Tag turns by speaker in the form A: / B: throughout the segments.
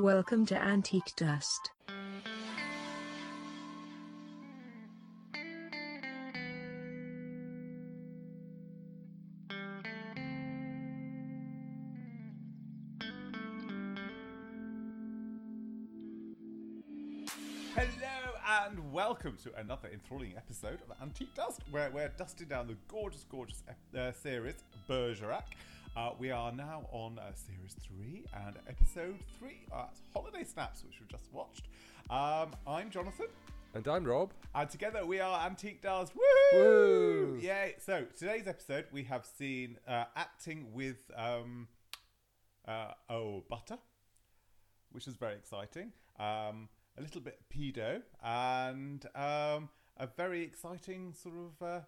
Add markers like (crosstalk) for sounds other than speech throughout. A: Welcome to Antique Dust.
B: Hello and welcome to another enthralling episode of Antique Dust, where we're dusting down the gorgeous, gorgeous ep- uh, series Bergerac. Uh, we are now on uh, series three and episode three. Uh, that's Holiday Snaps, which we just watched. Um, I'm Jonathan,
C: And I'm Rob.
B: and together we are Antique Dust. Woo!
C: Woo!
B: Yay! So today's episode, we have seen uh, acting with um, uh, oh butter, which is very exciting. Um, a little bit of pedo and um, a very exciting sort of uh,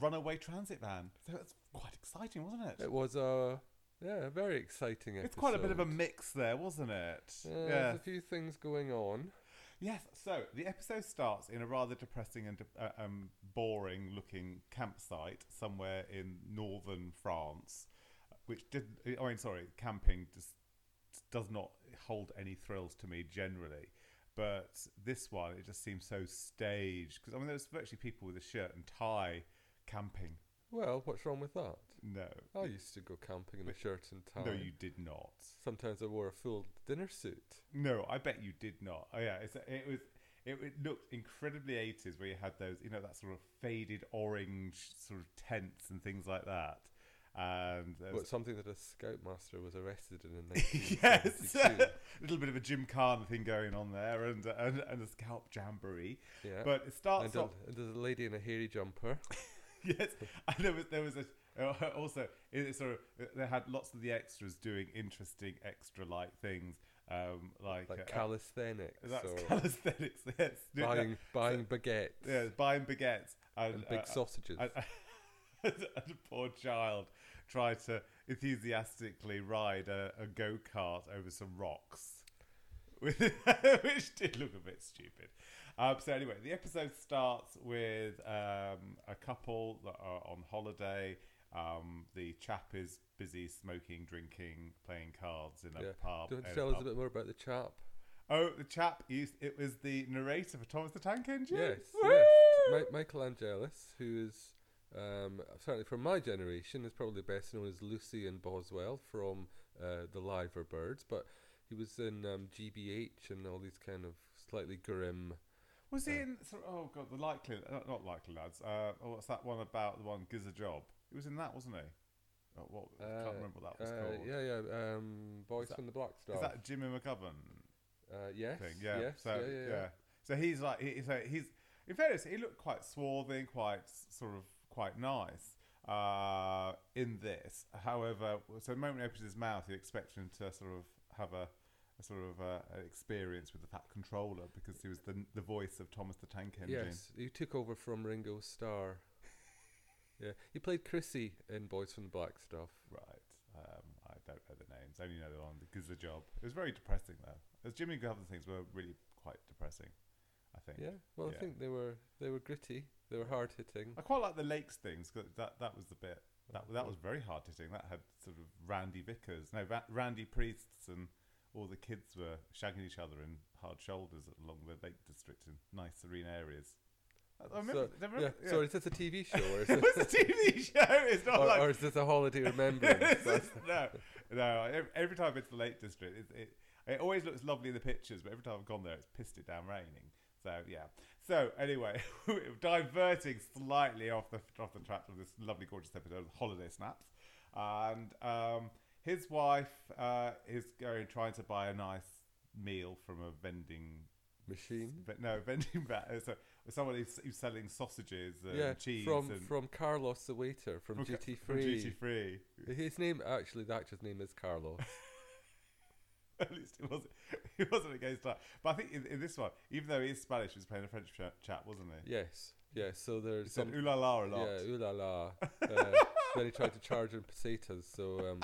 B: runaway transit van. So it's quite exciting, wasn't it?
C: It was a yeah, a very exciting episode.
B: it's quite a bit of a mix there, wasn't it?
C: yeah. There's a few things going on.
B: Yes, so the episode starts in a rather depressing and uh, um, boring looking campsite somewhere in northern France, which didn't, I mean, sorry, camping just does not hold any thrills to me generally. But this one, it just seems so staged. Because, I mean, there's virtually people with a shirt and tie camping.
C: Well, what's wrong with that?
B: No.
C: I used to go camping in a shirt and tie.
B: No, you did not.
C: Sometimes I wore a full dinner suit.
B: No, I bet you did not. Oh yeah, it's, it was. It, it looked incredibly eighties, where you had those, you know, that sort of faded orange sort of tents and things like that. And there
C: Well, (laughs)
B: was, (laughs)
C: something that a scoutmaster was arrested in in
B: yes,
C: 1972.
B: (laughs) a little bit of a Jim Carn thing going on there, and and, and a scalp jamboree.
C: Yeah.
B: But it starts
C: and a,
B: off. (laughs)
C: and there's a lady in a hairy jumper.
B: yes, and there was there was a (laughs) uh, also it it sort of they had lots of the extras doing interesting extra like things, um, like,
C: Like
B: uh,
C: calisthenics.
B: that's
C: or
B: (laughs) calisthenics. (laughs) Yes,
C: buying, buying baguettes.
B: Yeah, buying baguettes and,
C: And big
B: uh,
C: sausages.
B: (laughs) And, and a poor child tried to enthusiastically ride a, a go kart over some rocks, (laughs) with, which did look a bit stupid. Um, so anyway, the episode starts with um, a couple that are on holiday. Um, the chap is busy smoking, drinking, playing cards in a
C: yeah.
B: pub.
C: Do you
B: in
C: want to
B: a
C: tell us
B: pub.
C: a bit more about the chap?
B: Oh, the chap used it was the narrator for Thomas the Tank Engine.
C: Yes,
B: Woo!
C: yes. Ma- Michael Angelis, who is um, certainly from my generation, is probably best known as Lucy and Boswell from uh, the Liver Birds, but he was in um, GBH and all these kind of slightly grim.
B: Was he in? so- Oh god, the likely not, not likely lads. Uh, oh, what's that one about the one gives a job? He was in that, wasn't he? Oh, what, I
C: uh,
B: can't remember what that was
C: uh,
B: called.
C: Yeah, yeah. Um, Boys
B: that-
C: from the Black Star.
B: Is that Jimmy McGovern
C: uh, yes.
B: thing? Yeah.
C: Yes.
B: so
C: yeah, yeah, yeah.
B: So he's like he, so he's in fairness, he looked quite swarthy, quite s- sort of quite nice uh, in this. However, so the moment he opens his mouth, you expect him to sort of have a. a Sort of uh, an experience with the Fat Controller because he was the the voice of Thomas the Tank Engine.
C: Yes, he took over from Ringo
B: (laughs)
C: Starr. yeah, he played Chrissy in Boys from the Black Stuff.
B: Right. Um, I don't know the names. I only know the one because the job. It was very depressing though. As Jimmy Governor things were really quite depressing. I think.
C: Yeah, well,
B: Yeah.
C: I think they were they were gritty, they were hard hitting.
B: I quite like the lakes things 'cause that that was the bit that that was very hard hitting. That had sort of Randy Vickers, no Ra- Randy priests, and all the kids were shagging each other in hard shoulders along the lake district in nice serene areas. I I remember. I
C: so,
B: remember-
C: yeah, Sorry, is this a TV show or
B: (laughs)
C: is
B: it
C: this,
B: was a TV show. It's not
C: or,
B: like
C: or is this
B: (laughs)
C: a holiday remembrance? (laughs) That's-
B: no, no. ev- Every time it's the Lake District, it, it it always looks lovely in the pictures, but every time I've gone there, it's pissed it down raining. So yeah. So anyway, (laughs) diverting slightly off the off the track of this lovely, gorgeous episode of Holiday Snaps, and um, his wife uh, is going trying to buy a nice meal from a vending.
C: Machine.
B: But no, (laughs) vending back. So someone who's, who's selling sausages and
C: yeah,
B: cheese (laughs)
C: from
B: and
C: from Carlos the waiter from, Duty Free.
B: Duty free.
C: His name actually, the actor's name is
B: (laughs)
C: Carlos.
B: At least it wasn't. It wasn't against that. But I think in, in this one, even though he is Spanish, he was playing a French cha- chap, wasn't he?
C: yes, yes. So there's
B: He said
C: some
B: "ooh la la" a lot. (laughs)
C: yeah, ooh la la. Uh, then he tried to charge in potatoes. So
B: (laughs)
C: um,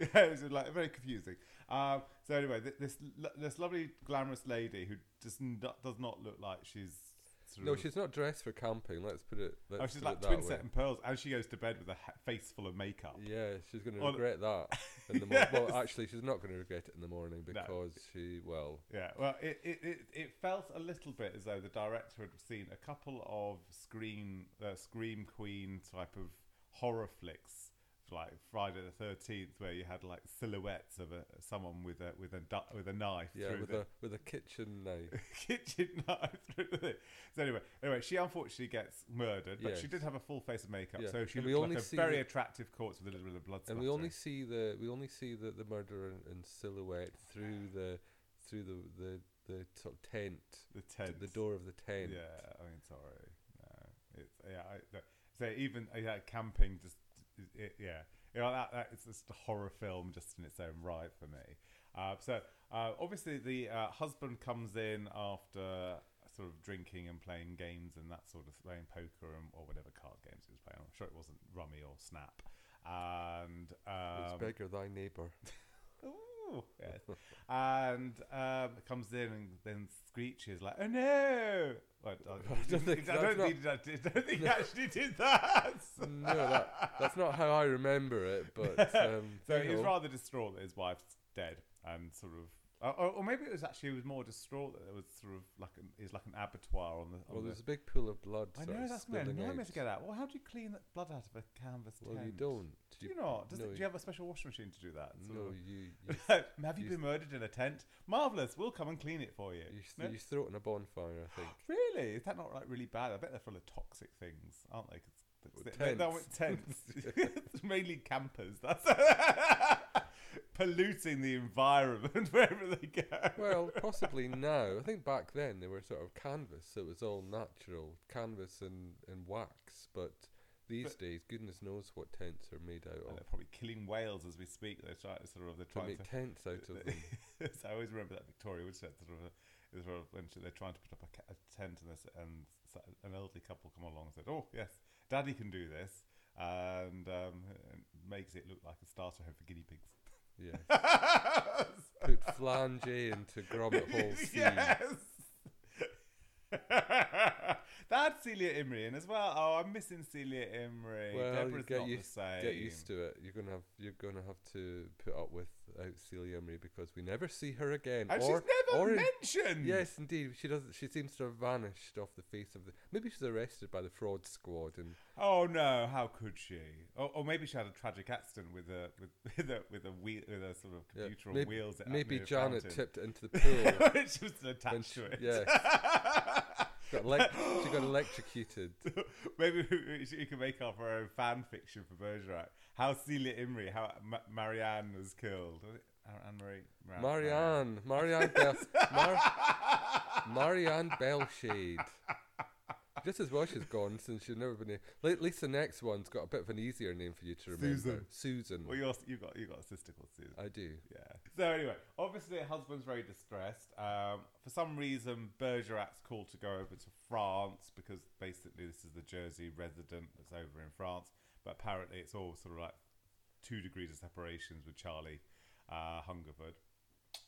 B: yeah, it was like very confusing. Um, so anyway, th- this lo- this lovely glamorous lady who just n- does not look like she's sort
C: No,
B: of-
C: she's not dressed for camping. Let's put it. Let's
B: oh, she's
C: put
B: like
C: it that
B: twin
C: way.
B: set and pearls, and she goes to bed with a ha- face full of makeup.
C: Yeah, she's going to
B: Well,
C: regret that.
B: (laughs)
C: In the mor-
B: yes.
C: Well, actually, she's not going to regret it in the morning because she, well,
B: Yeah, well, it, it, it, it felt a little bit as though the director had seen a couple of screen uh, Scream Queen type of horror flicks, like Friday the Thirteenth, where you had like silhouettes of a, someone with a with a du- with a knife
C: yeah,
B: through
C: with
B: the
C: a with a kitchen knife.
B: (laughs) kitchen knife through the thing. So anyway, anyway, she unfortunately gets murdered, but she
C: Yes.
B: did have a full face of makeup,
C: Yeah,
B: so she
C: and we
B: looked
C: only
B: like a
C: see
B: very
C: the-
B: attractive corpse with a little bit of blood.
C: and we only
B: splattering.
C: see the we only see the the murderer in, in silhouette through the through the the the sort of tent,
B: the
C: t-
B: tent,
C: the door of the tent.
B: Yeah, I mean, sorry. No, it's yeah. I, the, so even uh, yeah, camping just it, yeah, you know that, that it's just a horror film just in its own right for me. Uh, so uh, obviously the uh, husband comes in after sort of drinking and playing games and that sort of playing poker and or whatever card games he was playing. I'm sure it wasn't Rummy or Snap. And
C: It's
B: um,
C: beggar thy
B: (laughs)
C: neighbour.
B: Ooh, yes. and um, comes in and then screeches like, "Oh no!" Well, I, I don't
C: (laughs)
B: think, I
C: that's
B: don't think, I don't
C: (laughs)
B: think he actually did that. (laughs)
C: no, that, that's not how I remember it. But um,
B: so
C: you
B: he was
C: know,
B: rather distraught that his wife's dead, and sort of, or, or maybe it was actually he was more distraught that it was sort of like an, it was like an abattoir on the.
C: Well,
B: On
C: there's
B: the
C: a big pool of blood.
B: I
C: sort
B: know
C: of
B: that's gonna be a
C: spilling
B: nightmare
C: out.
B: to get out. Well, how do you clean that blood out of a canvas
C: Well, you
B: tent?
C: don't.
B: Do you not? Does
C: no,
B: it, do you have a special washing machine to do that? Sort
C: No,
B: of-
C: you
B: (laughs)
C: you,
B: have you,
C: You-
B: been murdered in a tent? Marvelous. We'll come and clean it for you.
C: you, s-
B: No?
C: you throw it in a bonfire.
B: (gasps)
C: I think.
B: Really? Is that not like really bad? I bet they're full of toxic things, aren't they? 'Cause
C: Well,
B: th- they- they're
C: tents.
B: tents.
C: (laughs)
B: (laughs) It's mainly campers. That's (laughs) polluting the environment (laughs) wherever they go.
C: well, possibly now. I think back then they were sort of canvas, so it was all natural canvas and, and wax. But these
B: But-
C: days, goodness knows what tents are made out
B: And (laughs)
C: of.
B: they're probably killing whales as we speak. They're trying to sort of they're
C: They
B: trying to.
C: make tents out
B: (laughs)
C: of them.
B: I always remember that Victoria Woodstead sort of. uh, Is sort of when she, they're trying to put up a, ca- a tent and, this, and s- an elderly couple come along and said, "Oh yes, Daddy can do this," and, um, and makes it look like a starter home for guinea pigs. (laughs)
C: Yeah, put flange into
B: (laughs)
C: grommet hole C.
B: yes. That's Celia Imrie in as well. Oh, I'm missing Celia Imrie.
C: Well, you
B: Deborah's
C: get
B: not
C: used,
B: the same.
C: get used to it. You're gonna have you're gonna have to put up with out Celia Marie because we never see her again.
B: And
C: or,
B: she's never
C: or in-
B: mentioned.
C: Yes, indeed. She doesn't. She seems to have vanished off the face of the. Maybe she's arrested by the fraud squad and
B: Oh no! How could she? Or, or maybe she had a tragic accident with a with, with (laughs) a with a wheel with a sort of
C: Yeah,
B: computer on
C: mayb-
B: wheels. That
C: Maybe Janet
B: Janet (laughs)
C: tipped it into the pool.
B: she was
C: when
B: attached
C: she,
B: to it.
C: yeah, got elec- she
B: (laughs)
C: got electrocuted.
B: (laughs) Maybe we- we could make up our own fan fiction for Bergerac. How Celia Imrie, how Ma- Marianne was killed. Was it Anne Marie? Mar-
C: Marianne, Marianne, Bel- Mar- Marianne Belshade. Just as well she's gone since she's never been. A- at least the next one's got a bit of an easier name for you to remember.
B: Susan.
C: Susan.
B: Well, you're, you got you got a sister called Susan. (laughs)
C: I do.
B: Yeah. So anyway, obviously her husband's very distressed. Um, for some reason, Bergerac's called to go over to France because basically this is the Jersey resident that's over in France. But apparently it's all sort of like two degrees of separations with Charlie uh, Hungerford.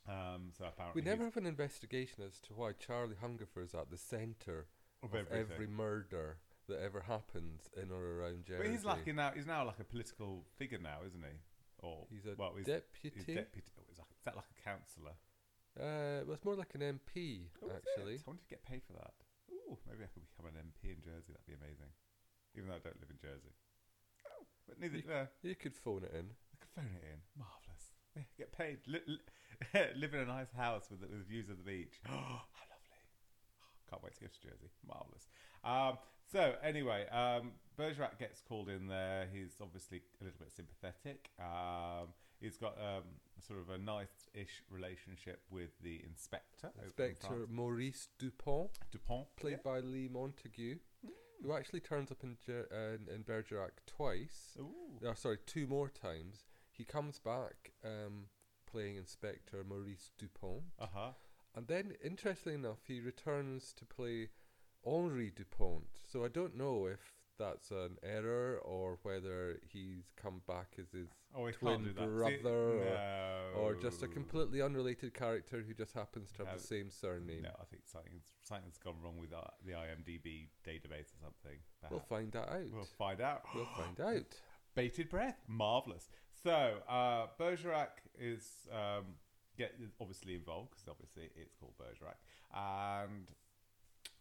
B: Um, so apparently
C: We never
B: he's-
C: have an investigation as to why Charlie Hungerford is at the centre
B: Of
C: of,
B: everything.
C: every murder that ever happens in or around Jersey.
B: But he's like in now. He's now like a political figure now, isn't he? Or
C: He's a
B: well, he's,
C: deputy.
B: He's deputy. oh, Is that, is that like a councillor?
C: Uh, well, it's more like an MP
B: Oh, is it?
C: actually.
B: I wanted to get paid for that. Ooh, maybe I could become an MP in Jersey. That'd be amazing. Even though I don't live in Jersey. Oh, but neither.
C: You-
B: Uh,
C: You could phone it in.
B: I could phone it in. Marvelous. Yeah, get paid. Li- (laughs) li- live in a nice house with with views of the beach. (gasps) How lovely. (sighs) Can't wait to go to Jersey. Marvelous. Um, so anyway, um, Bergerac gets called in there. He's obviously a little bit sympathetic. Um, he's got um, sort of a nice-ish relationship with the inspector. over in
C: Inspector
B: France.
C: Maurice Dupont,
B: Dupont.
C: played
B: yeah. Hmm.
C: by Lee Montague, who actually turns up in, Jer- uh, in- in Bergerac twice.
B: Ooh.
C: Oh, sorry, two more times. He comes back um, playing Inspector Maurice Dupont.
B: Uh huh.
C: And then, interestingly enough, he returns to play Henri Dupont. So I don't know if that's an error or whether he's come back as his
B: Oh, we
C: twin
B: can't do that. See,
C: brother or-
B: no.
C: or just a
B: No.
C: completely unrelated character who just happens to have
B: Oh. Have-
C: the same surname.
B: No, I think something's something's gone wrong with our, the IMDb database or something.
C: We'll
B: perhaps.
C: find that out.
B: We'll find out.
C: We'll find out.
B: (gasps) (sighs) Bated breath, marvelous. So uh, Bergerac is um, get obviously involved because obviously it's called Bergerac, and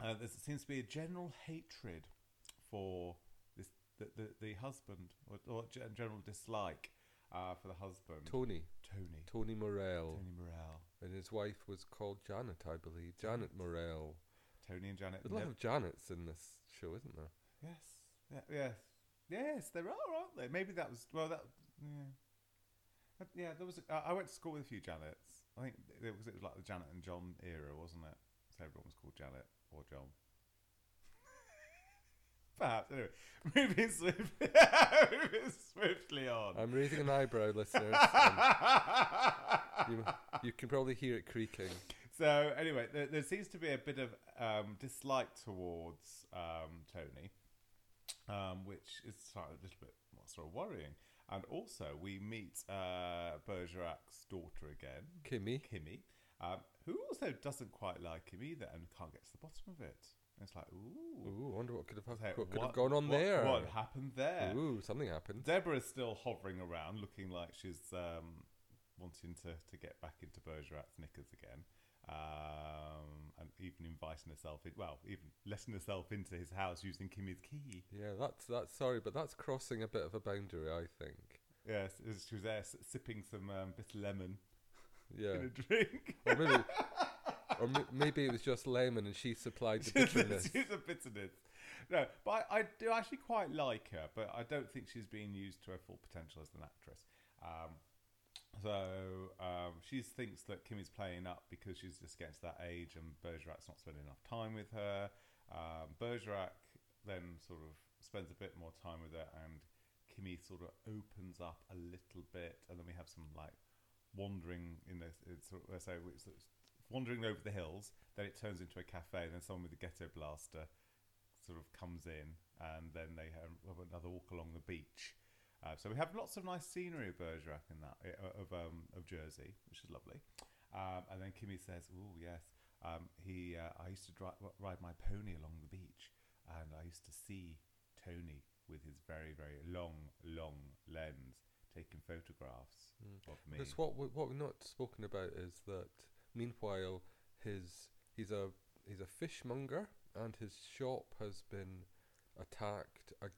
B: uh, there seems to be a general hatred for this the the, the husband or, or gen- general dislike uh, for the husband
C: Tony,
B: Tony
C: Tony Morell,
B: Tony Morell.
C: and his wife was called Janet, I believe. Janet Morell.
B: Tony and Janet.
C: There's a lot
B: nev-
C: of Janets in this show, isn't there?
B: Yes. Yeah, yes. Yes, there are, aren't they? Maybe that was well. That yeah. But yeah, there was. A, I I went to school with a few Janets. I think it was it was like the Janet and John era, wasn't it? So everyone was called Janet or John. (laughs) Perhaps anyway, (laughs) moving swiftly, (laughs) moving swiftly on.
C: I'm raising
B: (laughs)
C: an eyebrow, listeners. and you, you can probably hear it creaking.
B: so anyway, there, there seems to be a bit of um, dislike towards um, Tony, um, which is sort of a little bit sort of worrying. And also, we meet uh, Bergerac's daughter again,
C: Kimmy.
B: Kimmy, um, who also doesn't quite like him either and can't get to the bottom of it. And it's like, ooh,
C: Ooh, I wonder what could have,
B: So
C: what could
B: what-
C: have gone on
B: what-
C: there.
B: What happened there?
C: Ooh, something happened.
B: Deborah's still hovering around, looking like she's um, wanting to, to get back into Bergerac's knickers again, um, and even inviting herself in. Well, even letting herself into his house using Kimmy's key.
C: Yeah, that's that's sorry, but that's crossing a bit of a boundary, I think.
B: Yes, as she was there s- sipping some um, bit of lemon in a
C: Yeah,
B: drink.
C: or maybe, or m- maybe it was just lemon, and she supplied
B: (laughs)
C: the (laughs) bitterness.
B: she's a bitterness. No, but I, I do actually quite like her, but I don't think she's being used to her full potential as an actress. Um, so um, she thinks that Kimmy's playing up because she's just getting to that age, and Bergerac's not spending enough time with her. Um, Bergerac then sort of spends a bit more time with her, and Kimmy sort of opens up a little bit, and then we have some like wandering in this. It's, sort of- so it's, it's wandering over the hills. Then it turns into a cafe, and then someone with a ghetto blaster sort of comes in, and then they have have another walk along the beach. Uh, so we have lots of nice scenery of Bergerac in that eh, of um, of Jersey, which is lovely. Um, and then Kimmy says, "Oh yes, um, he. Uh, I used to dri- w- ride my pony along the beach, and I used to see Tony with his very very long long lens taking photographs of me."
C: Because what we, what we've not spoken about is that meanwhile his he's a he's a fishmonger, and his shop has been attacked a,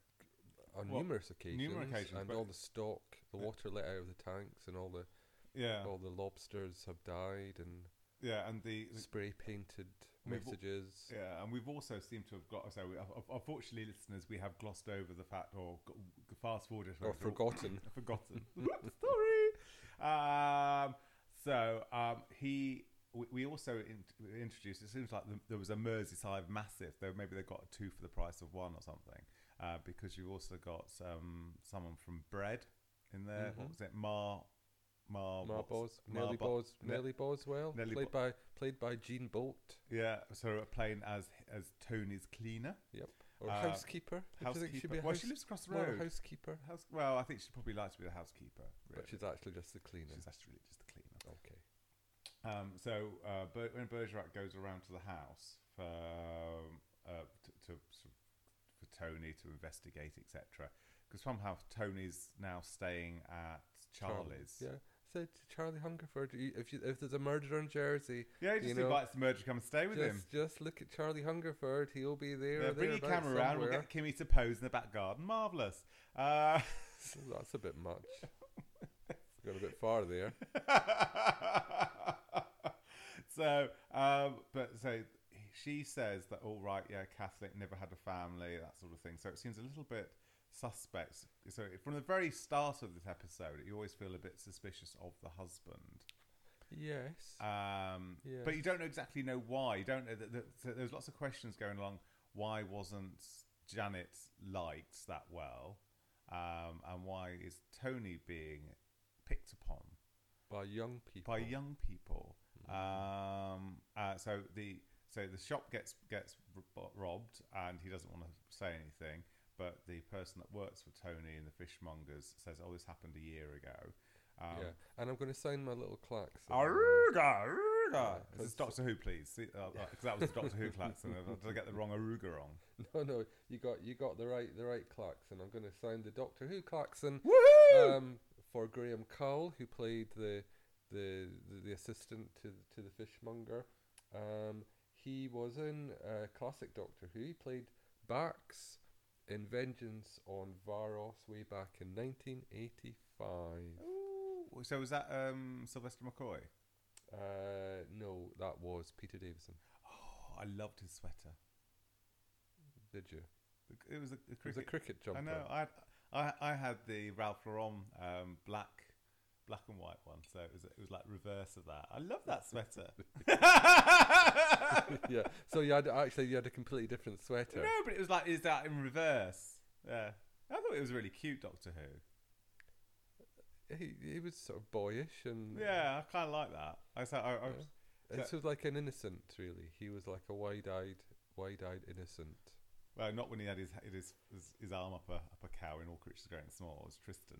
C: on
B: Well,
C: numerous occasions,
B: occasions,
C: and
B: but-
C: all the stock, the water let out of the tanks, and all the
B: yeah,
C: all the lobsters have died, and
B: yeah, and the, the
C: spray painted
B: We've al-
C: messages.
B: Yeah, and we've also seemed to have got. So, we, un- unfortunately, listeners, we have glossed over the fact, or g- fast forwarded,
C: Or
B: over all-
C: forgotten.
B: (laughs) forgotten. Whoops, sorry. Um, so um, he, we, we also in, we introduced. It seems like the, there was a Merseyside massive. Though maybe they got two for the price of one or something. Uh, because you also got um, someone from Bread in there. What was it, Mar? Mar,
C: Mar
B: what's-
C: Bos,
B: Mar
C: Nelly
B: Bo-
C: Bos,
B: Ne-
C: Nelly Boswell,
B: Nelly
C: played by played by Gene Bolt.
B: Yeah, so playing as as Tony's cleaner.
C: Yep. Or
B: Uh,
C: housekeeper. Don't you think she'd
B: housekeeper.
C: be a
B: well,
C: house-
B: she lives across the
C: more a
B: road.
C: housekeeper,
B: House, well, I think she'd probably like to be the housekeeper. Really.
C: but she's actually just the cleaner.
B: She's actually really just the cleaner.
C: okay.
B: Um, so uh, Ber- when Bergerac goes around to the house for um, uh, to, to sort of- for Tony to investigate, etc., because somehow Tony's now staying at
C: Charlie,
B: Charlie's.
C: Yeah. Said to Charlie Hungerford, "You- if you, if there's a murder in Jersey,
B: yeah, he
C: you
B: just
C: know,
B: invites the murderer to come and stay with him.
C: just, just look at Charlie Hungerford. He'll be there.
B: Yeah,
C: or
B: bring your
C: thereabouts
B: camera around. We'll
C: somewhere."
B: get Kimmy to pose in the back garden. Marvelous. Uh, (laughs)
C: That's a bit much. Got a bit
B: (laughs)
C: far there.
B: (laughs) so, um, but so she says that all right, yeah, Catholic, never had a family, that sort of thing. So it seems a little bit suspect. So from the very start of this episode, you always feel a bit suspicious of the husband.
C: Yes.
B: Um, But you don't know exactly know why. You don't know that, that, so there's lots of questions going along. Why wasn't Janet liked that well? Um, and why is Tony being picked upon?
C: by young people. Mm-hmm.
B: by young people. Um, uh, so the so the shop gets gets ro- robbed, and he doesn't want to say anything. But the person that works for Tony and the fishmongers says, "Oh, this happened a year ago," Um,
C: yeah, and I'm going to sign my little clacks. at the moment.
B: Aruga, aruga.
C: Yeah,
B: Is this
C: that's-
B: Doctor Who, please? Because uh, uh, 'cause that was the Doctor Who klaxon. and Did I get the wrong aruga wrong?
C: (laughs) No, Oh, no, you got you got the right the right klaxon. I'm going to sound the Doctor Who klaxon
B: Woohoo!
C: um, for Graham Cowell, who played the the the, the assistant to to the fishmonger. Um, he was in uh, classic Doctor Who. He played Bax in Vengeance on Varos way back in 1985.
B: Ooh, Uh, so was that um, Sylvester McCoy?
C: Uh, no, that was Peter Davison.
B: Oh, I loved his sweater.
C: Did you?
B: It was a, a
C: It was a
B: cricket.
C: cricket jumper.
B: I know. I, had- I I had the Ralph Lauren um, black black and white one, so it was it was like reverse of that. I love that sweater.
C: (laughs)
B: (laughs)
C: yeah. So you had actually you had a completely different sweater.
B: no, but it was like is that in reverse? Yeah, I thought it was really cute Doctor Who.
C: he he was sort of boyish and
B: Yeah, I kind of like that. I was, I, I was
C: This was like an innocent, really. He was like a wide-eyed, wide-eyed innocent.
B: well, not when he had his his his, his arm up a up a cow in All Creatures Growing Small. It was Tristan.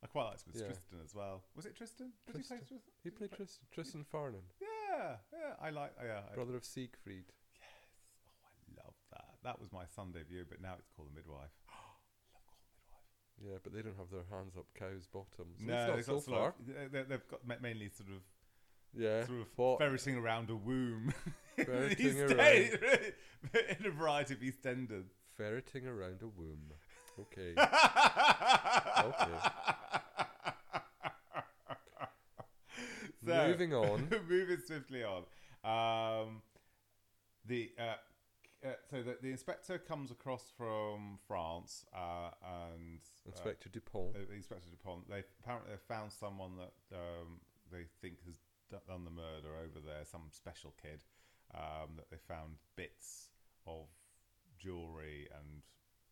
B: I quite liked it was
C: Yeah.
B: Tristan as well. Was it Tristan? Did he play
C: Tristan.
B: Tristan?
C: He played Tristan, Tristan Farnan,
B: Yeah, yeah. I like. Yeah, I,
C: brother of Siegfried.
B: Oh, I love that. That was my Sunday view, but now it's called the midwife. (gasps) love called the midwife.
C: Yeah, but they don't have their hands up cows' bottoms. At
B: no,
C: least
B: they've
C: not so
B: got sort
C: far.
B: of- they- they- they've got ma- mainly sort of
C: Yeah,
B: sort of
C: what-
B: ferreting around a womb. (laughs) in
C: Ferreting
B: these
C: around.
B: days, (laughs) in a variety of EastEnders.
C: ferreting around
B: (laughs)
C: a womb. Okay,
B: So,
C: Moving on.
B: (laughs) moving swiftly on. Um, the uh, c- uh, so the, the inspector comes across from France uh, and uh,
C: Inspector Dupont.
B: uh, Inspector Dupont. They apparently have found someone that um, they think has d- done the murder over there. Some special kid um, that they found bits of jewelry and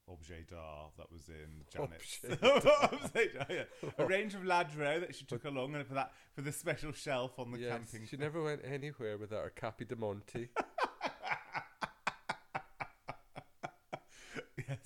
B: objet d'art that was in Janet's
C: Objet
B: (laughs) Objet d'art, yeah. a range of ladro that she took along and for that for the special shelf on the
C: Yes,
B: camping. (laughs)
C: she never went anywhere without her Capi de Monte.
B: yes,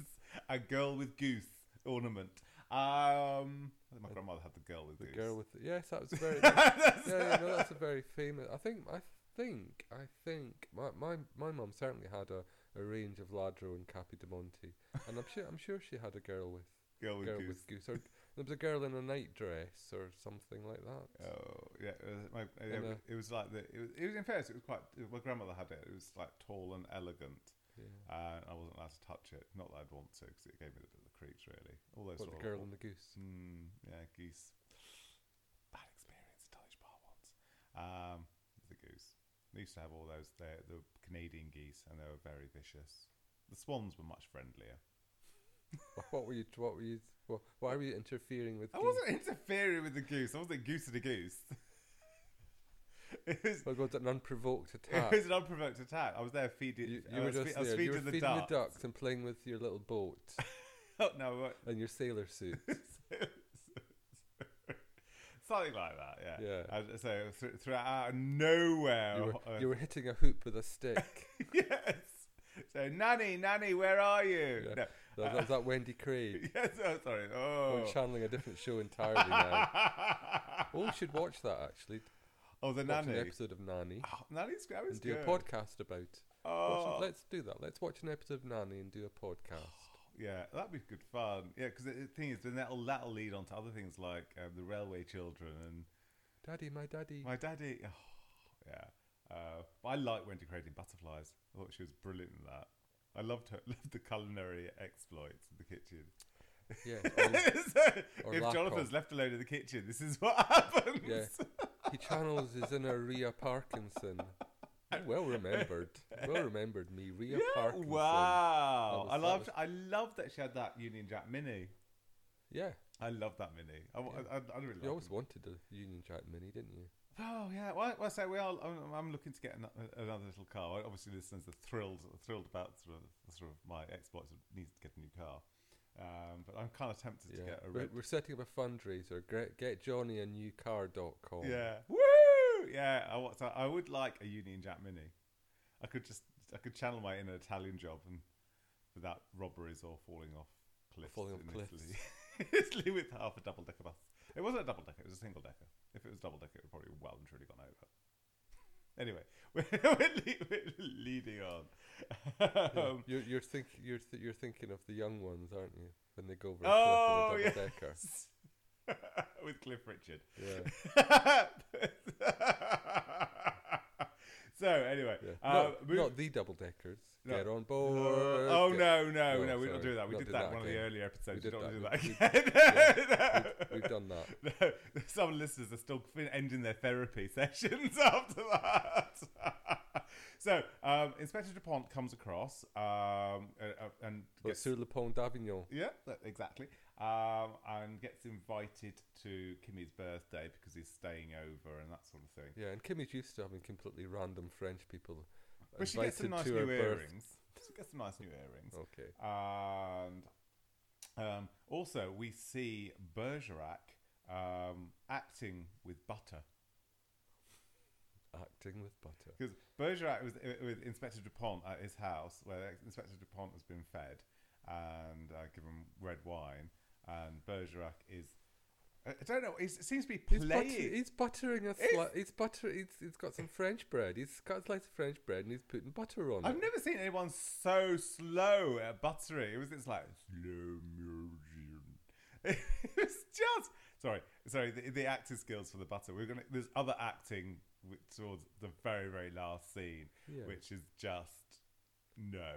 B: a girl with goose ornament. Um, I think my grandmother had the girl with
C: the
B: goose.
C: girl with the, yes, that
B: (laughs)
C: was very. yeah, yeah, no, that's a very famous. I think, I think, I think my my my mum certainly had a, a range of Ladro and Capi de Monte, and I'm sure I'm sure she had a girl with
B: girl with
C: girl
B: goose.
C: with goose, or there was a girl in a night dress or something like that.
B: Oh yeah, it was, my, it,
C: And,
B: was-
C: uh,
B: it was like the. It was, it was in fairness, it was quite. My grandmother had it. It was like tall and elegant.
C: Yeah.
B: Uh, I wasn't allowed to touch it. Not that I'd want to, because it gave me the, the creeps really. All those
C: What
B: sort of
C: the girl and the goose?
B: Mm, yeah, geese. Bad experience at Dulwich Bar once. Um, the goose. They used to have all those. They're the Canadian geese, and they were very vicious. The swans were much friendlier.
C: Wh- what were you? What were you? What, why were you interfering with?
B: I
C: geese?
B: wasn't (laughs) interfering with the goose. I wasn't goosing a goose. (laughs) it was
C: Oh god, an
B: (laughs)
C: unprovoked attack.
B: It was an unprovoked attack. I was there feeding.
C: You,
B: I
C: you were
B: was, fe-
C: just
B: I was
C: there. You
B: feeding
C: were
B: the
C: feeding the
B: duck.
C: ducks and playing with your
B: (laughs)
C: little boat
B: Oh, (laughs) no, we weren't.
C: and your sailor suit.
B: something like that. Yeah.
C: Yeah.
B: And so through, through out of nowhere.
C: You were,
B: uh,
C: you were hitting a hoop with a
B: (laughs)
C: stick.
B: yes. So nanny, nanny, where are you?
C: Yeah.
B: No. (laughs)
C: That, that was that Wendy Craig.
B: Yes. Oh, sorry.
C: I'm
B: Oh. (laughs)
C: channeling a different show entirely now. Oh, we should watch that actually.
B: oh, the
C: Watch
B: nanny.
C: an episode of Nanny
B: (laughs) Oh, nanny's that was
C: and do
B: good.
C: a podcast about. Watch-
B: Oh.
C: let's do that. Let's watch an episode of Nanny and do a
B: (gasps)
C: podcast.
B: Yeah, that'd be good fun. Yeah, because the thing is, then that'll that'll lead on to other things like um, the railway children and
C: Daddy, my daddy.
B: My daddy, oh, yeah. Uh, but I like Wendy Craig in Butterflies. I thought she was brilliant in that. I loved her. (laughs) Loved the culinary exploits in the kitchen.
C: yeah.
B: (laughs) So,
C: (laughs) or
B: if
C: lack
B: Jonathan's
C: of.
B: left alone in the kitchen, this is what (laughs) happens.
C: Yeah. he channels his inner Rhea Parkinson. Oh, Well remembered. Well remembered me, Rhea
B: (laughs) Yeah,
C: Parkinson.
B: Wow.
C: That
B: I
C: was- that
B: loved.
C: was-
B: I loved that she had that Union Jack mini.
C: Yeah.
B: I love that mini. I, w- I- I- I really.
C: You
B: like
C: always
B: them.
C: wanted a Union Jack Mini, didn't you?
B: Oh yeah, well, well so we are. I'm, I'm looking to get an, another little car. I- Obviously, listeners are thrilled, thrilled about sort of, sort of my exploits of needs to get a new car. Um, but I'm kind of tempted to
C: Yeah.
B: get a
C: We're,
B: red.
C: we're setting up a fundraiser. Get, get Johnny a new car.com.
B: Yeah, woo! Yeah, I want. So I would like a Union Jack Mini. I could just, I could channel my inner Italian job and without robberies or falling off cliffs
C: Falling off
B: in
C: cliffs.
B: (laughs) Italy. Italy with half a double decker bus. It wasn't a double decker, it was a single decker. If it was double decker, it would probably well and truly gone over. (laughs) Anyway, (laughs) we're, we're, le- we're leading on.
C: Yeah.
B: Um,
C: you're you're think you're th- you're thinking of the young ones, aren't you? When they go over
B: Oh,
C: a cliff in a
B: yes.
C: double
B: (laughs)
C: decker.
B: With Cliff Richard.
C: Yeah.
B: (laughs) so, anyway.
C: yeah.
B: Uh,
C: not,
B: move-
C: not the double deckers.
B: No.
C: Get on
B: Uh,
C: board.
B: oh,
C: get-
B: no, no,
C: No,
B: no, we don't
C: sorry.
B: do that. We
C: Not
B: did
C: did
B: that
C: that
B: one of the
C: again.
B: earlier episodes.
C: We
B: We
C: did
B: don't do
C: that.
B: that
C: We-
B: again. (laughs)
C: We've done that.
B: No, some listeners are still fin- ending their therapy (laughs) sessions after that. (laughs) so, um, Inspector Dupont comes across um, uh, uh, and
C: Well,
B: gets,
C: Sur le pont d'Avignon.
B: yeah, that, exactly, um, and gets invited to Kimmy's birthday because he's staying over and that sort of thing.
C: Yeah, and Kimmy's used to having completely random French people.
B: But she gets some
C: invited
B: nice
C: to her
B: new
C: birth-
B: earrings. She gets some nice new earrings.
C: Okay. Oh.
B: And um, also, we see Bergerac um, acting with butter.
C: Acting with butter.
B: Because Bergerac was i- with Inspector Dupont at his house, where Inspector Dupont has been fed and uh, given red wine. And Bergerac is. I I don't know, he's, it seems to be
C: He's,
B: playing.
C: butter, he's buttering a
B: It's-
C: slice. He's butter. He's, he's got some French bread. He's got a slice of French bread, and he's putting butter on
B: I've
C: it.
B: never seen anyone so slow at buttering. It was it's like slow motion. (laughs) It was just sorry, sorry. The, the actor skills for the butter. We're gonna. There's other acting wi- towards the very very last scene,
C: Yeah.
B: which is just no.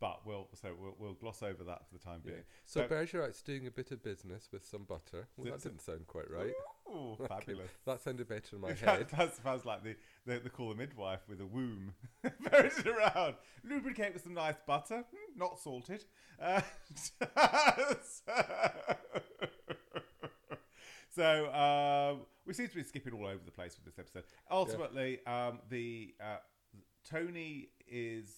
B: But we'll so we'll, we'll gloss over that for the time
C: Yeah.
B: being.
C: So
B: But-
C: Bergerac's doing a bit of business with some butter. Well,
B: Th-
C: that
B: so-
C: didn't sound quite right. (laughs)
B: Ooh,
C: Okay,
B: fabulous.
C: That sounded better
B: (laughs)
C: in my head.
B: That, that sounds like the, the, the call the midwife with a womb. (laughs) Ferret around. Lubricate with some nice butter, Mm, not salted. Uh, (laughs) so um, we seem to be skipping all over the place with this episode. Ultimately, um, the uh, Tony is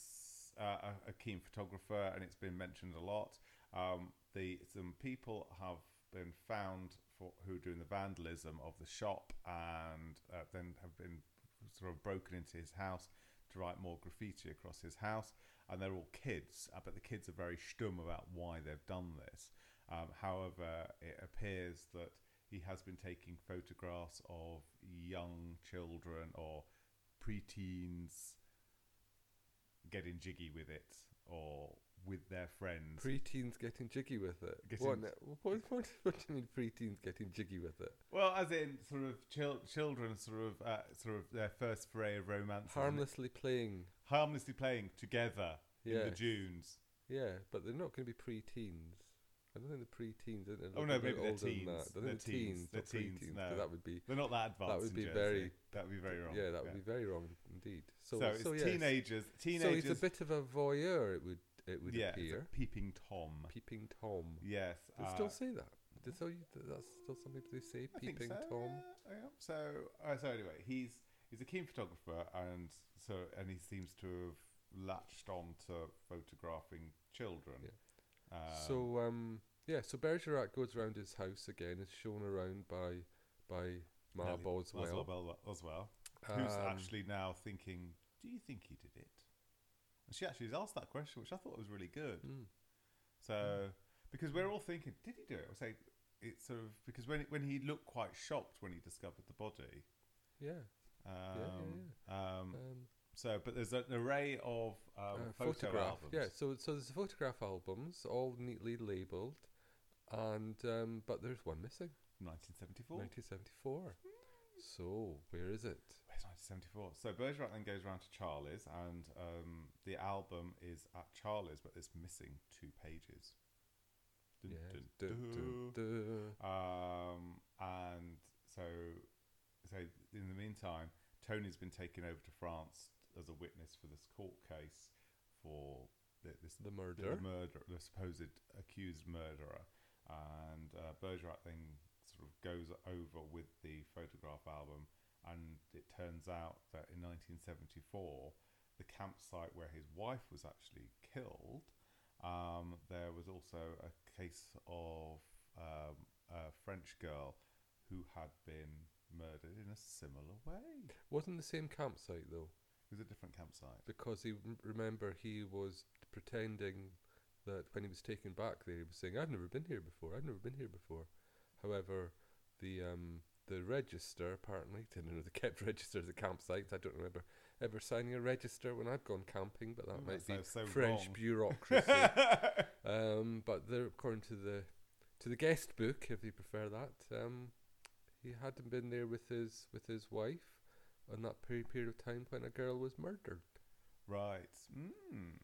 B: uh, a, a keen photographer, and it's been mentioned a lot. Um, the some people have been found for who are doing the vandalism of the shop, and uh, then have been sort of broken into his house to write more graffiti across his house. And they're all kids, uh, but the kids are very stum about why they've done this. Um, however, it appears that he has been taking photographs of young children or preteens getting jiggy with it or with their friends.
C: Preteens getting jiggy with it.
B: Getting-
C: What, na- what, what, (laughs) what do you mean preteens getting jiggy with it?
B: well, as in sort of chil- children, sort of uh, sort of their first foray of romance,
C: Harmlessly playing.
B: harmlessly playing together in the
C: Yes.
B: dunes.
C: Yeah, but they're not going to be preteens. I don't think they're preteens. I don't
B: Oh,
C: think
B: no,
C: they're
B: maybe they're
C: older than
B: teens.
C: that. I think
B: They're teens.
C: teens.
B: They're
C: not
B: teens,
C: preteens,
B: no.
C: 'cause That would be.
B: They're not that advanced.
C: would
B: in
C: be
B: Jersey.
C: very-
B: That would be very wrong.
C: Yeah, that would be very wrong indeed. So,
B: so it's
C: so yes.
B: teenagers.
C: So he's a
B: Teenagers.
C: bit of a voyeur. It would. It would
B: yeah, it's
C: appear.
B: a peeping tom.
C: Peeping Tom.
B: Yes.
C: They
B: uh,
C: still say that. They tell you that that's still something they say.
B: I think
C: Peeping
B: so,
C: Tom.
B: yeah, yeah. So, uh, so anyway, he's he's a keen photographer, and so and he seems to have latched on to photographing children. Um,
C: so um, yeah, so Bergerac goes around his house again. Is shown around by by Ma
B: Nellie
C: Boswell.
B: Boswell, Boswell, who's
C: Um,
B: actually now thinking, "Do you think he did it?" And she actually has asked that question, which I thought was really good.
C: Mm.
B: So, because we're all thinking, did he do it? I say it's sort of because when when he looked quite shocked when he discovered the body.
C: Yeah.
B: Um, Um,
C: Um,
B: So, but there's an array of um,
C: uh,
B: photo
C: photograph.
B: albums.
C: Yeah. So so there's photograph albums, all neatly labelled, and um, but there's one missing.
B: from 1974.
C: 1974. So where is it?
B: Where's 1974? So Bergerac then goes around to Charlie's, and um, the album is at Charlie's, but it's missing two pages. Dun,
C: Yeah.
B: dun,
C: dun, dun,
B: dun.
C: dun.
B: Um, and so, so in the meantime, Tony's been taken over to France as a witness for this court case for th- this
C: The
B: the
C: murder.
B: murderer, the supposed accused murderer, and uh, Bergerac then sort of goes over with the photograph album, and it turns out that in 1974, the campsite where his wife was actually killed, um, there was also a case of um, a French girl who had been murdered in a similar way.
C: Wasn't the same campsite though.
B: It was a different campsite.
C: because he rem- remember he was pretending that when he was taken back there he was saying i've never been here before i've never been here before however the um, the register apparently (laughs) didn't know they kept registers at campsites. I don't remember ever signing a register when I've gone camping, but that
B: Ooh,
C: might
B: Mm, that
C: be
B: sounds so
C: French
B: wrong. (laughs)
C: bureaucracy. um, but they're, according to the to the guest book, if you prefer that, um, he hadn't been there with his with his wife on that peri- period of time when a girl was murdered,
B: right. Mm.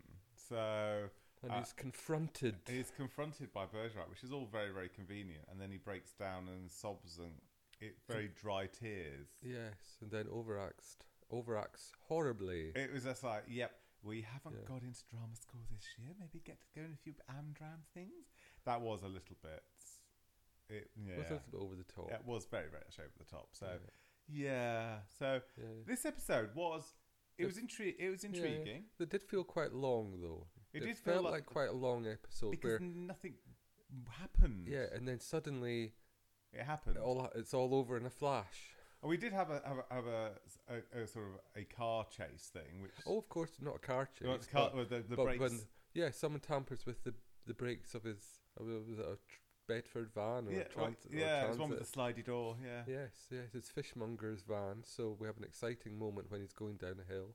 B: So
C: and
B: Ah.
C: he's confronted.
B: he's confronted by Bergerac, which is all very, very convenient, and then he breaks down and sobs and it very dry tears.
C: Yes, and then overacts overacts horribly.
B: It was just like, yep, we haven't
C: Yeah.
B: got into drama school this year. Maybe get to go in a few Amdram things. That was a little bit. It, yeah.
C: It was a little bit over the top.
B: It was very, very much over the top. So,
C: Yeah.
B: yeah. So
C: Yeah.
B: this episode was. It
C: It-
B: was intri- It was
C: Yeah, yeah.
B: intriguing
C: They did feel quite long though.
B: It did feel
C: felt
B: like-
C: like, quite a long episode
B: because
C: where
B: nothing happened.
C: yeah, Oh. and then suddenly
B: it happened.
C: it all it's all over in a flash.
B: And we did have a have a, have a, a, a sort of a car chase thing, which
C: Oh, of course, not a car chase.
B: Well, it's car-
C: but-
B: well, the, the
C: but
B: brakes.
C: when yeah, someone tampers with the the brakes of his of a- was it a tr- Bedford van or
B: yeah,
C: a trans-
B: well,
C: or a
B: yeah, it was one with the slidey
C: transit.
B: door. Yeah, yeah.
C: Yes, yes, it's Fishmonger's van. So we have an exciting moment when he's going down a hill.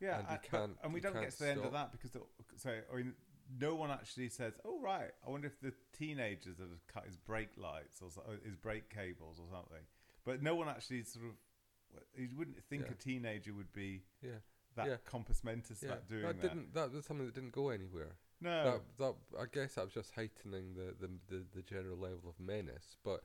C: and we
B: and, but-
C: can't-
B: and we
C: we
B: don't get
C: can't
B: to the end of
C: stop.
B: that because the, so I mean, no one actually says, "Oh right, I wonder if the teenagers that have cut his brake lights or so- or his brake cables or something." But no one actually sort of you wouldn't think
C: Yeah.
B: a teenager would be
C: Yeah,
B: that
C: Yeah.
B: compass mentis
C: yeah.
B: about doing that. Oh.
C: that didn't that was something that didn't go anywhere.
B: no,
C: that, that I guess that was just heightening the, the, the, the general level of menace, but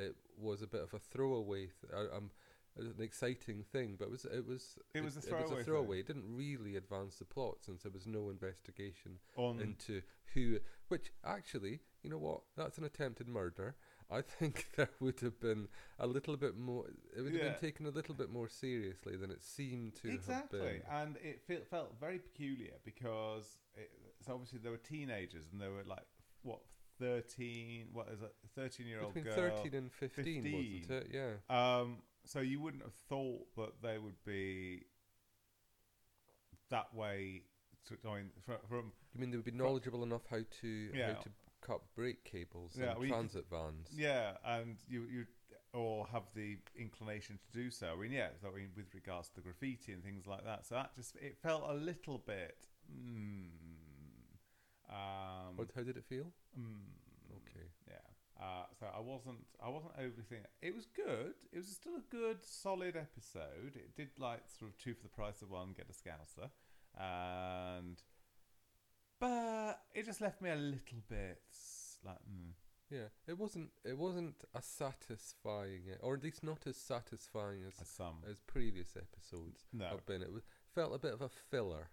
C: it was a bit of a throwaway, th- uh, um, an exciting thing. But it was it was
B: It was a
C: It,
B: throwaway
C: was
B: thing.
C: a throwaway. It didn't really advance the plot since there was no investigation
B: on
C: into who. Which actually, you know what? That's an attempted murder. I think (laughs) there would have been a little bit more. It would have
B: Yeah.
C: been taken a little bit more seriously than it seemed to
B: exactly,
C: have been.
B: and it felt felt very peculiar because it, so obviously there were teenagers and there were like what thirteen, what is it, thirteen year old
C: Between
B: girl,
C: thirteen and 15,
B: 15.
C: wasn't it? Yeah.
B: Um, so you wouldn't have thought that they would be that way. To, I mean, from, from
C: You mean they would be knowledgeable enough how to
B: Yeah.
C: how to cut brake cables
B: Yeah,
C: in
B: well, you could-
C: transit vans?
B: yeah, and you you or have the inclination to do so. I mean, yeah, so I mean, with regards to the graffiti and things like that. So that just it felt a little bit. Mm, um,
C: What, how did it feel?
B: mm,
C: Okay.
B: Yeah. Uh, so I wasn't I wasn't overthinking. It. it was good. It was still a good, solid episode. It did like sort of two for the price of one, get a scouser, and but it just left me a little bit like mm.
C: Yeah, it wasn't it wasn't as satisfying, e- or at least not as satisfying as
B: a sum.
C: as previous episodes
B: No.
C: have been. It was, felt a bit of a filler.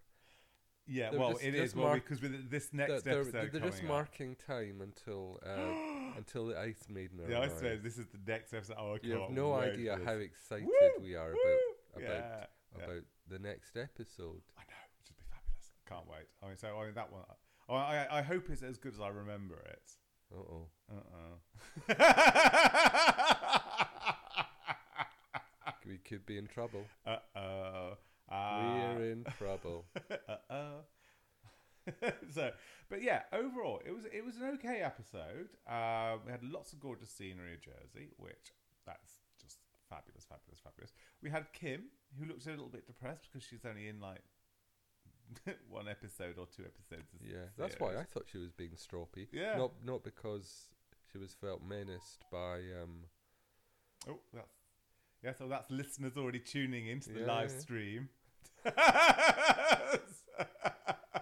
B: Yeah.
C: they're
B: Well,
C: just-
B: it
C: just
B: is well
C: mark-
B: because with this next
C: They're, they're-
B: episode
C: they're
B: coming
C: just
B: up-
C: marking time until
B: (gasps)
C: uh, until the Ice Maiden.
B: Yeah, I
C: arrives.
B: suppose this is the next episode. Oh, I
C: You have
B: can't
C: no
B: wait
C: idea
B: for this.
C: how excited
B: Woo!
C: we are
B: Woo!
C: about about
B: Yeah. Yeah.
C: about the next episode.
B: I know, which would be fabulous. I can't wait. I mean, so I mean that one. I I, I hope it's as good as I remember it.
C: Uh
B: (laughs)
C: oh.
B: Uh oh.
C: We could be in trouble.
B: (laughs) uh oh.
C: We're in trouble.
B: (laughs) Uh oh. so, but yeah, overall, it was it was an okay episode. Um, we had lots of gorgeous scenery in Jersey, which that's just fabulous, fabulous, fabulous. We had Kim, who looked a little bit depressed because she's only in like (laughs) one episode or two episodes. of the
C: Yeah, that's why I
B: series.
C: thought she was being stroppy.
B: Yeah.
C: Not not because she was felt menaced by
B: (laughs)
C: um
B: Oh, that's yeah. So that's listeners already tuning into the
C: Yeah,
B: live
C: yeah.
B: stream. (laughs)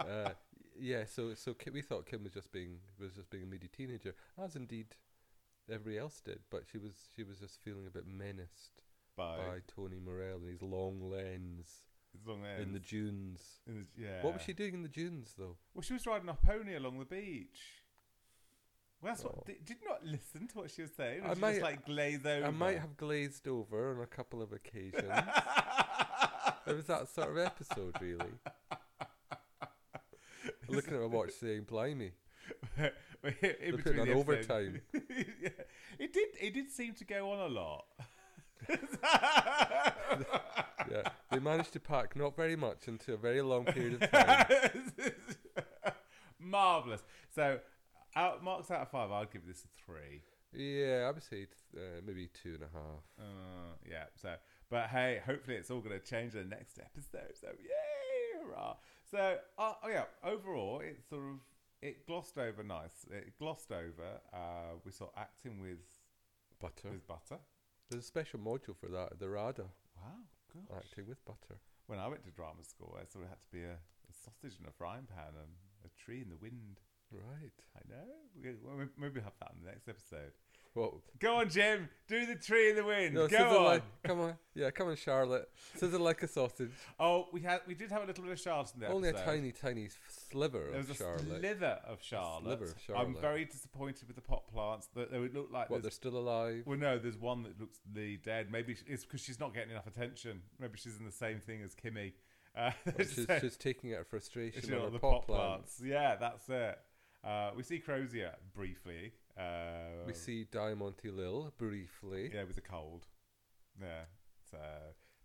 C: uh yeah, so so Kim, we thought Kim was just being was just being a moody teenager, as indeed everybody else did, but she was she was just feeling a bit menaced
B: By,
C: by Tony Morell and his long lens
B: as long as
C: in the dunes.
B: in the- yeah.
C: What was she doing in the dunes though?
B: Well, she was riding a pony along the beach. Well, that's
C: Oh.
B: what. Did, did you not listen to what she was saying? Or
C: I
B: did you
C: might-
B: just like glaze over.
C: I
B: (laughs)
C: might have glazed over on a couple of occasions. it was that sort of episode really. Looking at my watch saying, Blimey.
B: But in
C: They're
B: between
C: putting on
B: the episodes-
C: overtime.
B: (laughs) yeah. It did. It did seem to go on a lot. (laughs)
C: yeah, they managed to pack not very much into a very long period
B: (laughs)
C: of time.
B: Marvelous. So, out marks out of five, I'd give this a three.
C: Yeah, I would say uh, maybe two and a half.
B: Uh, yeah. So, but hey, hopefully it's all going to change in the next episode. So yay, hurrah! So, uh, oh yeah. Overall, it sort of it glossed over nice. It glossed over. Uh, we saw acting with
C: Butter.
B: with butter.
C: There's a special module for that, the RADA,
B: Wow, gosh.
C: acting with butter.
B: When I went to drama school, I sort of had to be a, a sausage in a frying pan and a tree in the wind.
C: Right.
B: I know. We, well, we- maybe we'll have that in the next episode.
C: Well,
B: Go on, Jim. Do the tree in the wind.
C: no,
B: Go
C: sizzle
B: on.
C: like, come on, yeah, come on, Charlotte, sizzle like a sausage.
B: Oh, we had we did have a little bit of Charlotte in there.
C: Only a tiny, tiny sliver
B: There was a
C: of Charlotte.
B: sliver of Charlotte.
C: sliver of
B: I'm
C: Charlotte.
B: very disappointed with the pot plants. That they would look like.
C: What? They're
B: there's- (laughs)
C: still alive.
B: well, no, there's one that looks really dead. Maybe sh- it's because she's not getting enough attention. Maybe she's in the same thing as Kimmy. Uh, (laughs)
C: Well, she's,
B: so-
C: she's taking out
B: It's
C: frustration
B: not
C: on
B: the
C: her pot
B: pot
C: plants.
B: plants. Yeah, that's it. Uh, we see Crozier briefly. Uh,
C: We see Diamante Lil briefly.
B: yeah, with a cold. Yeah. So,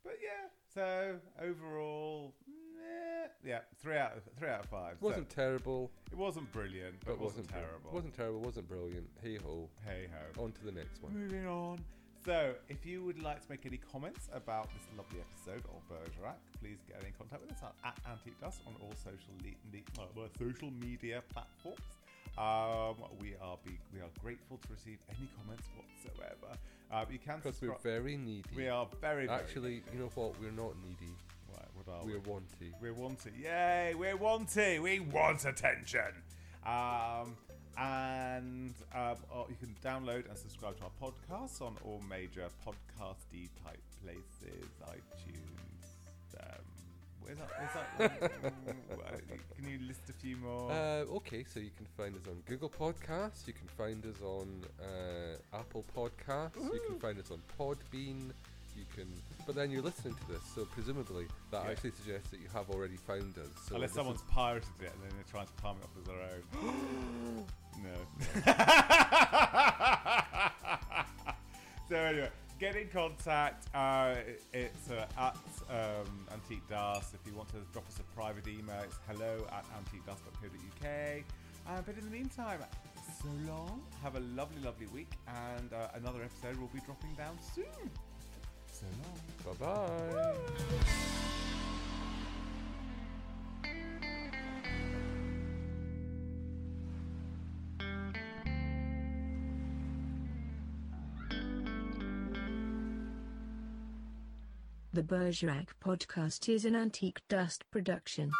B: but yeah. So overall, meh. yeah, three out of three out of five.
C: It wasn't
B: so,
C: terrible,
B: it wasn't brilliant, but,
C: but
B: it wasn't,
C: br-
B: terrible.
C: Wasn't terrible. Wasn't brilliant. Hey ho.
B: Hey ho.
C: On to the next one.
B: Moving on. So, if you would like to make any comments about this lovely episode of Bergerac, please get in contact with us at, at Antique Dust on all social, le- le- uh, well, social media platforms. Um, we are be- we are grateful to receive any comments whatsoever. Uh, you can
C: Because we're
B: subscribe-
C: very needy.
B: we are very very-
C: Actually, you know what? We're not needy.
B: Right, what are we?
C: We're wanty.
B: We're wanted. Yay, we're wanted. We want attention. Um, and um, oh, you can download and subscribe to our podcast on all major podcasty type places, iTunes. Um, where's that? Where's that? (laughs) one? Uh, can you list a few more?
C: Uh, okay, so you can find us on Google Podcasts. You can find us on uh, Apple Podcasts. You can find us on Podbean. You can, but then you're listening to this, so presumably that
B: Yeah.
C: actually suggests that you have already found us. So
B: Unless
C: this
B: someone's
C: is-
B: pirated it and then they're trying to palm it up as their own. (gasps) no. (laughs) so anyway, get in contact. Uh, it's uh, at um, Antique Dust. If you want to drop us a private email, it's hello at antiquedust.co.uk. Uh, but in the meantime, so long. Have a lovely, lovely week, and uh, another episode will be dropping down soon. So long.
C: Bye-bye.
A: The Bergerac podcast is an antique dust production.